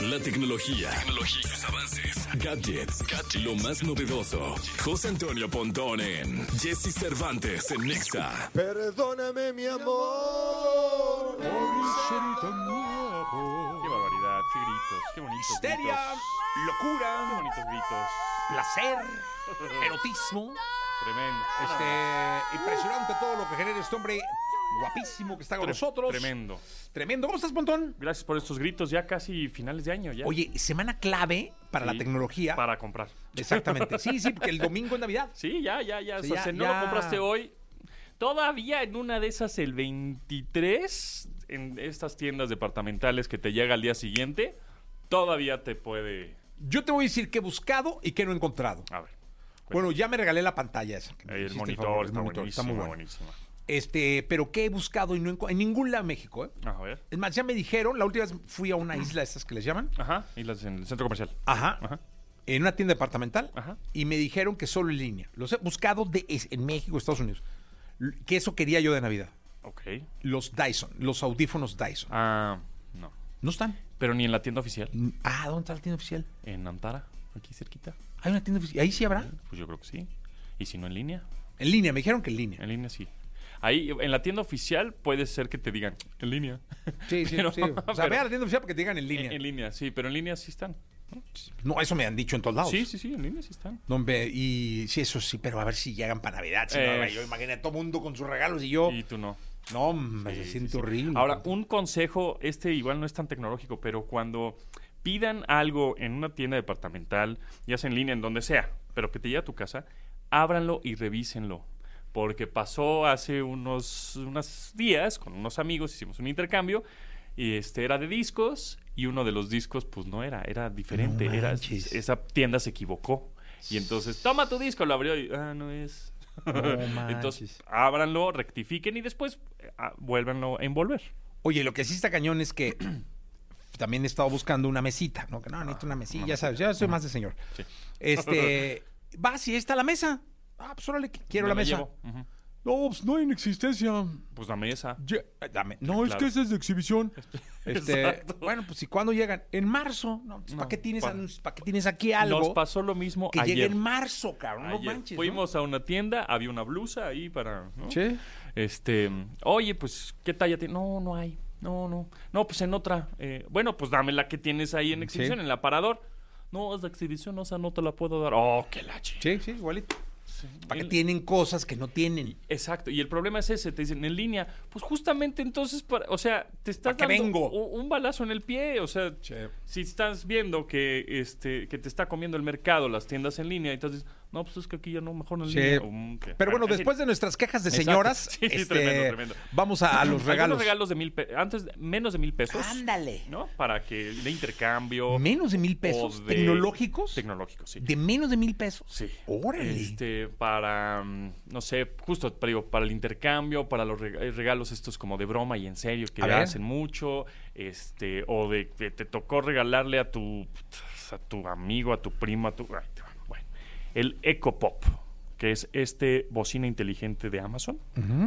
La tecnología. Tecnología. Sus avances. Gadgets. Gadgets. Lo más novedoso. José Antonio Pontón en Jesse Cervantes en Nexa. Perdóname, mi amor. Qué barbaridad, qué gritos, qué bonitos Histeria, gritos. Qué locura, bonitos gritos. placer, erotismo. Tremendo. Este, impresionante todo lo que genera este hombre guapísimo que está con Tre- nosotros. Tremendo. Tremendo. ¿Cómo estás, Pontón? Gracias por estos gritos, ya casi finales de año ya. Oye, semana clave para Sí, la tecnología. Para comprar. Exactamente. Sí, sí, porque el domingo es Navidad. Sí, ya, ya, ya. Sí, o ya, sea, si no ya. lo compraste hoy, todavía en una de esas, el 23, en estas tiendas departamentales que te llega al día siguiente, todavía te puede. Yo te voy a decir qué he buscado y qué no he encontrado. A ver. Bueno, ya me regalé la pantalla esa. que me Ah, pues El hiciste monitor, favor, el está, monitor, buenísimo, muy bueno. buenísimo. Este, pero qué he buscado y no enco- en ningún lado de México, ¿eh? A ver. Es más, ya me dijeron, la última vez fui a una isla, esas que les llaman. Ajá, y las en el centro comercial. Ajá. Mm. Ajá. En una tienda departamental. Ajá. Y me dijeron que solo en línea. Los he buscado de, es- en México, Estados Unidos. L- Que eso quería yo de Navidad. Ok. Los Dyson, los audífonos Dyson. Ah, no. No están. Pero ni en la tienda oficial. N- Ah, ¿dónde está la tienda oficial? En Antara, aquí cerquita. Hay una tienda oficial. Ahí sí habrá. Pues yo creo que sí. Y si no en línea, En línea, me dijeron que en línea. en línea sí. Ahí, en la tienda oficial, puede ser que te digan en línea. Sí, sí, Pero- sí. O sea, ve pero- a la tienda oficial porque te digan en línea. En, en línea, sí, pero en línea sí están. No, eso me han dicho en todos lados. Sí, sí, sí, en línea sí están. No, hombre, y sí, eso sí, pero a ver si llegan para Navidad. Si no, Eh. hombre, yo imagino a todo mundo con sus regalos y yo. Y tú no. No, hombre, Sí, se sí, siente sí. horrible. Ahora, un consejo, este igual no es tan tecnológico, pero cuando pidan algo en una tienda departamental, ya sea en línea, en donde sea, pero que te llegue a tu casa, ábranlo y revísenlo. Porque pasó hace unos, unos días con unos amigos, hicimos un intercambio, y este era de discos, y uno de los discos, pues no era, era diferente. No era, manches. esa tienda se equivocó. Y entonces, toma tu disco, lo abrió y, ah, no es. No manches. Entonces, ábranlo, rectifiquen y después eh, ah, vuélvanlo a envolver. Oye, lo que sí está cañón es que también he estado buscando una mesita, ¿no? Que no, necesito Ah, una mesilla, ya sabes, ya soy más de señor. Sí. Este, vas y ahí está la mesa. Ah, pues órale, que quiero Me la lo mesa. llevo. Ujú. No, pues no hay en existencia. Pues la mesa. Ya- eh, dame. No, es claro. que esa es de exhibición. Este, Exacto. bueno, pues ¿y cuándo llegan? En marzo. No, pues, ¿para, No, qué tienes, pa- anun- ¿Para qué tienes aquí algo? Nos pasó lo mismo que llegue ayer. en marzo, cabrón. No Ayer. manches. ¿no? Fuimos a una tienda, había una blusa ahí para. ¿no? Sí. Este, oye, pues, ¿qué talla tiene? No, no hay. No, no. No, pues en otra. Eh, bueno, pues dame la que tienes ahí en exhibición, en el aparador. No, es de exhibición, o sea, no te la puedo dar. Oh, qué la chi- Sí, sí, igualito. ¿Para qué El- tienen cosas que no tienen? Exacto, y el problema es ese, te dicen en línea, pues justamente entonces, para, o sea, te estás ¿Para qué dando vengo? u- un balazo en el pie, o sea, si estás viendo que este que te está comiendo el mercado, las tiendas en línea, entonces, no, pues es que aquí ya no, mejor no en Sí. línea. o, mm, que- Pero bueno, en fin. después de nuestras quejas de Exacto. señoras, Sí, sí, este, tremendo, tremendo. vamos a, a los Algunos regalos. regalos de mil pe- antes de- menos de mil pesos. Ándale. ¿No? Para que de intercambio. Menos de mil o pesos. de- Tecnológicos. Tecnológicos, sí. de menos de mil pesos. Sí. Órale. Este, para, mm, no sé, justo para, digo, para el intercambio, para los reg- eh, regalos estos como de broma y en serio que A ver. hacen mucho, este, o de que te tocó regalarle a tu, a tu amigo, a tu primo, a tu... ay, te- Bueno, el EcoPop, que es este bocina inteligente de Amazon,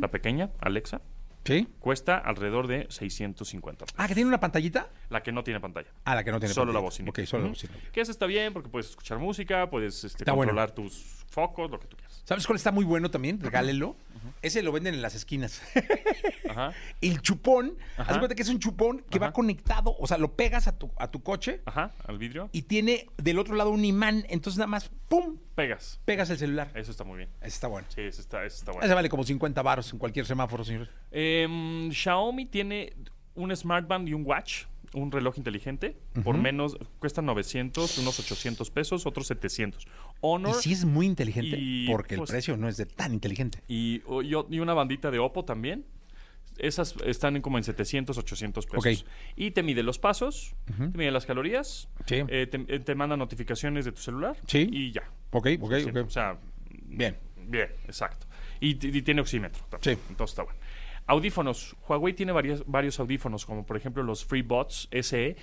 la pequeña, Alexa, Sí. cuesta alrededor de 650 pesos. Ah, que tiene una pantallita. La que no tiene pantalla. Ah, la que no tiene Solo la pantallita. bocina. Ok, solo la Ujú. bocina. Que eso está bien porque puedes escuchar música, puedes este, Está bueno. controlar tus focos, lo que tú quieras. ¿Sabes cuál está muy bueno también? Regálelo. Ese lo venden en las esquinas. Ajá. El chupón. Ajá. Haz de cuenta que es un chupón que va Ajá. conectado. O sea, lo pegas a tu, a tu coche Ajá, al vidrio. y tiene del otro lado un imán. Entonces nada más, ¡pum! Pegas. Pegas el celular. Ese Eso está muy bien. está bueno. Sí, eso está, eso está bueno. Ese vale como 50 baros en cualquier semáforo, señores. Em, Xiaomi tiene un smartband y un watch, un reloj inteligente, por menos, cuesta 900, unos 800 pesos, otros 700. Honor Y sí es muy inteligente, y, porque pues, el precio no es de tan inteligente. y, o- y o- y una bandita de Oppo también. Esas están en como en 700, 800 pesos. Ok. Y te mide los pasos, te mide las calorías, Sí. eh, te, eh, te manda notificaciones de tu celular Sí. y ya. Ok, ok, Suficiente. O sea, Bien. bien, exacto. Y, t- y tiene oxímetro. Sí. también. Entonces está bueno. Audífonos. Huawei tiene varias- varios audífonos, como por ejemplo los FreeBots SE.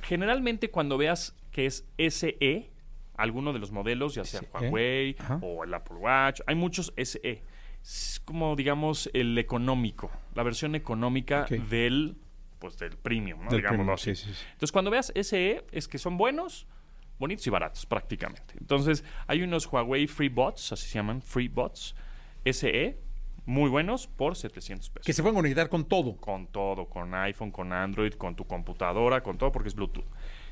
Generalmente cuando veas que es SE, alguno de los modelos, ya sea SE. Huawei E, Ajá. o el Apple Watch, hay muchos E. SE. Es como, digamos, el económico, la versión económica Ok. del pues del premium, ¿no? Del premium, digámoslo así. sí, sí, sí. Entonces, cuando veas SE, es que son buenos, bonitos y baratos, prácticamente. Entonces, hay unos Huawei FreeBots, así se llaman, FreeBots SE, E, muy buenos, por 700 pesos. Que se pueden conectar con todo. Con todo, con iPhone, con Android, con tu computadora, con todo, porque es Bluetooth.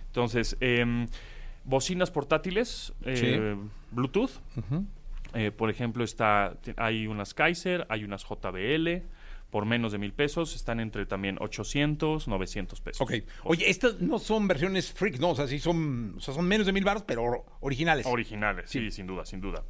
Entonces, em, bocinas portátiles, eh, Bluetooth. Eh, por ejemplo, está, ti- hay unas Kaiser, hay unas JBL, por menos de mil pesos. Están entre también 800, 900 pesos. Ok. Oye, estas no son versiones freak, no, o sea, sí son, o sea, son menos de mil baros, pero or- originales. Originales, sí, sin duda, sin duda.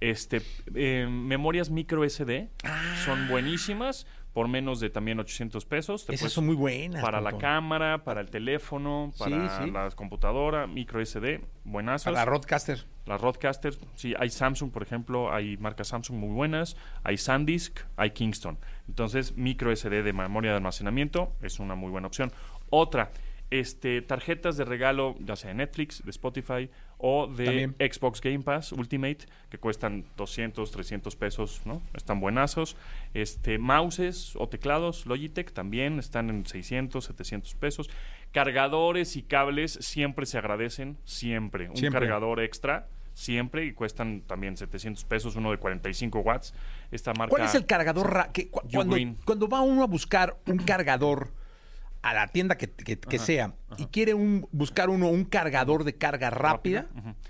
Este, eh, memorias micro SD Ah. son buenísimas, por menos de también 800 pesos. Te Esas puedes- son muy buenas. Para la Pontón. cámara, para el teléfono, para sí. la computadora, micro SD, buenazos. pues, Para la Rodcaster. Las Rodcasters, sí, hay Samsung, por ejemplo, hay marcas Samsung muy buenas, hay SanDisk, hay Kingston. Entonces, micro SD de memoria de almacenamiento es una muy buena opción. Otra, este, tarjetas de regalo, ya sea de Netflix, de Spotify o de También. Xbox Game Pass Ultimate, que cuestan 200, 300 pesos, ¿no? Están buenazos. Este, mouses o teclados Logitech también están en 600, 700 pesos. Cargadores y cables siempre se agradecen, siempre. Un Siempre. cargador cargador extra siempre y cuestan también 700 pesos, uno de 45 watts. Esta marca. ¿Cuál es el cargador? ra- que cu- cuando, Ugreen. cuando va uno a buscar un cargador a la tienda que, que- que sea y quiere un, buscar uno un cargador de carga rápida,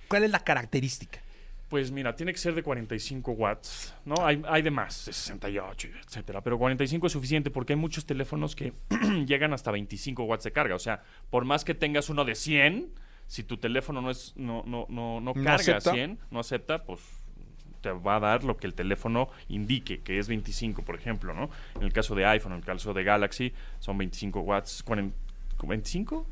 ¿cuál es la característica? Pues mira, tiene que ser de 45 watts, ¿no? Hay, hay de más, de 68, etcétera. Pero 45 es suficiente porque hay muchos teléfonos que llegan hasta 25 watts de carga. O sea, por más que tengas uno de 100, si tu teléfono no es no no no, no carga acepta. 100, no acepta, pues te va a dar lo que el teléfono indique, que es 25, por ejemplo, ¿no? En el caso de iPhone, en el caso de Galaxy, son 25 watts, 40, ¿25?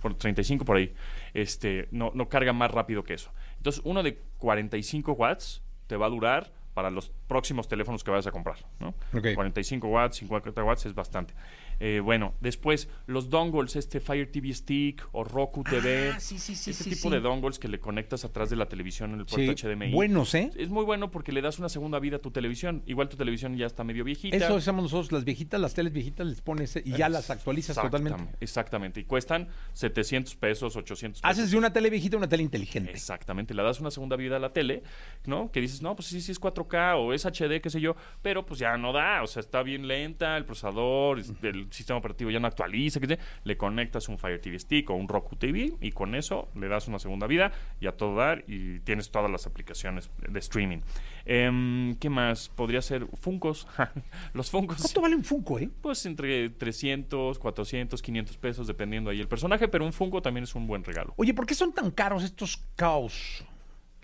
Por 35 por ahí. Este, no, no carga más rápido que eso. Entonces, uno de 45 watts te va a durar para los próximos teléfonos que vayas a comprar, ¿no? Ok. 45 watts, 50 watts es bastante. Eh, bueno, después los dongles, este Fire TV Stick o Roku TV, Ah, sí, sí, sí, este sí, tipo sí. de dongles que le conectas atrás de la televisión en el puerto HDMI. Buenos, ¿eh? Es muy bueno porque le das una segunda vida a tu televisión. Igual tu televisión ya está medio viejita. Eso hacemos nosotros, las viejitas, las teles viejitas, les pones eh, y ya las actualizas Exactamente, totalmente. Exactamente. Y cuestan 700 pesos, 800 pesos. Haces de una tele viejita una tele inteligente. Exactamente, le das una segunda vida a la tele, ¿no? Que dices, no, pues sí, sí es 4K o es HD, qué sé yo, pero pues ya no da, o sea, está bien lenta, el procesador, es- el sistema operativo ya no actualiza, qué sé, le conectas un Fire TV Stick o un Roku TV y con eso le das una segunda vida y a todo dar y tienes todas las aplicaciones de streaming. Em, ¿Qué más? Podría ser Funcos, los Funcos. ¿Cuánto vale un Funko, eh? Pues entre 300, 400, 500 pesos, dependiendo ahí el personaje, pero un Funko también es un buen regalo. Oye, ¿por qué son tan caros estos caos?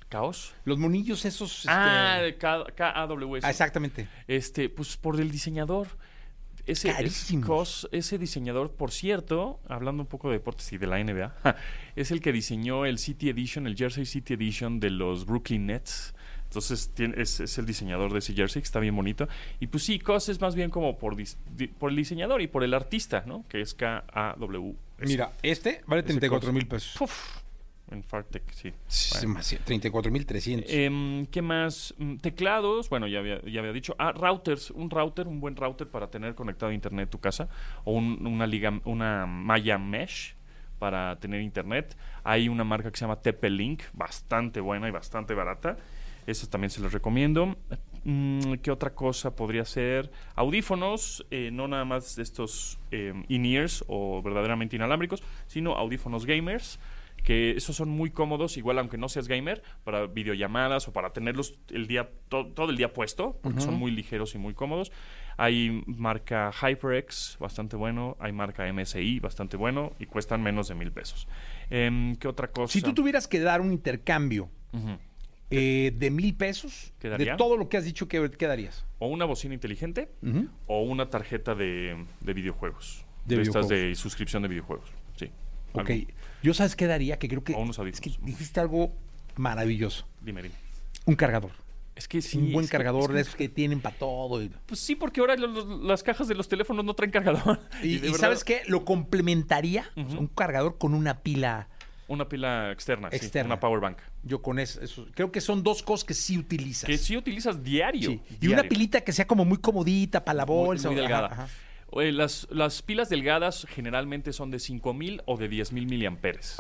¿Caos? Los monillos esos. este, Ah, de K- KAWS. ah, exactamente. Este, pues por el diseñador. Ese, es- Carísimos. cos- ese diseñador, por cierto, hablando un poco de deportes y de la NBA, ja, es el que diseñó el City Edition, el Jersey City Edition de los Brooklyn Nets. Entonces tiene- es, es el diseñador de ese jersey, que está bien bonito. Y pues sí, cos es más bien como por, dis- di- por el diseñador y por el artista, ¿no? Que es K-A-W. Mira, este vale Ese 34 mil costo. pesos. Puf, en Fartec, sí. Es Bueno. demasiado, 34 mil 300. Em, ¿Qué más? Mm, Teclados, bueno, ya había, ya había dicho. Ah, routers, un router, un buen router para tener conectado a internet tu casa. O un- una liga, una malla mesh para tener internet. Hay una marca que se llama TP-Link, bastante buena y bastante barata. Eso también se los recomiendo. Mm, ¿Qué otra cosa podría ser? Audífonos, eh, no nada más estos eh, in-ears o verdaderamente inalámbricos, sino audífonos gamers que esos son muy cómodos, igual aunque no seas gamer, para videollamadas o para tenerlos el día to- todo el día puesto, porque son muy ligeros y muy cómodos. Hay marca HyperX, bastante bueno, hay marca MSI, bastante bueno, y cuestan menos de mil pesos. Em, ¿Qué otra cosa? si tú tuvieras que dar un intercambio Ujú. eh, de mil pesos, ¿Quedaría? de todo lo que has dicho, ¿qué, qué darías? O una bocina inteligente Ujú. o una tarjeta de, de videojuegos. De De, estas videojuegos. de suscripción de videojuegos. Sí. Ok. Algo. Yo sabes qué daría, que creo que, O unos es que audífonos. dijiste algo maravilloso. Dime, dime. Un cargador. Es que sí. un buen es que- cargador es que- de esos que tienen para todo. Y, Pues sí, porque ahora lo- lo- las cajas de los teléfonos no traen cargador. y- de y verdad- sabes qué? Lo complementaría o sea, un cargador con una pila. Una pila externa, sí, Externa. una power bank. Yo con eso, eso- Creo que son dos cosas que sí utilizas. Que sí utilizas diario. Sí. Y diario. una pilita que sea como muy comodita para la Muy- bolsa. muy o- delgada. ajá, ajá. eh, las, las pilas delgadas generalmente son de 5.000 o de 10.000 miliamperes.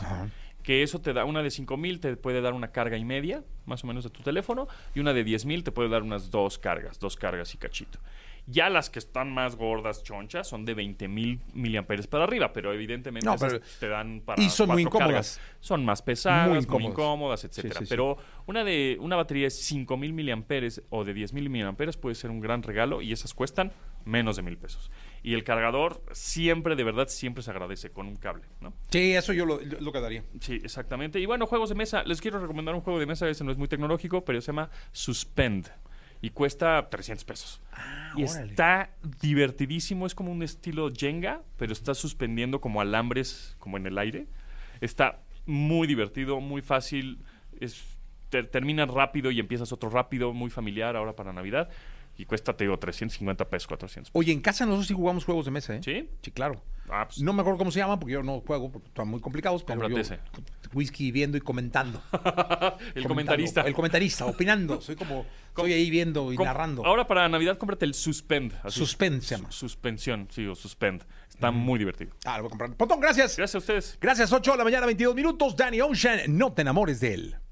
Que eso te da, una de 5.000 te puede dar una carga y media, más o menos, de tu teléfono, y una de 10.000 te puede dar unas dos cargas, dos cargas y cachito. Ya las que están más gordas, chonchas, son de 20.000 miliamperes para arriba, pero evidentemente No, esas pero- te dan para y son muy cuatro incómodas. cargas. Son más pesadas, muy Muy incómodas, incómodas. etcétera. Sí, sí, sí. Pero una de una batería de 5000 miliamperes o de 10000 miliamperes puede ser un gran regalo y esas cuestan menos de mil pesos. Y el cargador siempre, de verdad, siempre se agradece con un cable, ¿no? Sí, eso yo lo, yo lo quedaría. Sí, exactamente. Y bueno, juegos de mesa. Les quiero recomendar un juego de mesa. Ese no es muy tecnológico, pero se llama Suspend. Y cuesta 300 pesos. y Ah, órale. está divertidísimo. Es como un estilo Jenga, pero está suspendiendo como alambres, como en el aire. Está muy divertido, muy fácil. Es, ter- terminas rápido y empiezas otro rápido, muy familiar ahora para Navidad. Y cuesta, te digo, 350 pesos, 400 pesos. Oye, en casa nosotros sí jugamos juegos de mesa, ¿eh? ¿Sí? Sí, claro. Ah, pues, No me acuerdo cómo se llaman porque yo no juego porque están muy complicados. Pero yo, Cómprate whisky viendo y comentando. el Comentando. comentarista. El comentarista, opinando. Soy como. Soy ahí viendo y Com- narrando. Ahora para Navidad cómprate el Suspend. así. Suspend se llama. Suspensión, sí, o Suspend. Está muy divertido. Ah, lo voy a comprar. Pontón, gracias. Gracias a ustedes. Gracias, 8 de la mañana, 22 minutos. Danny Ocean, no te enamores de él.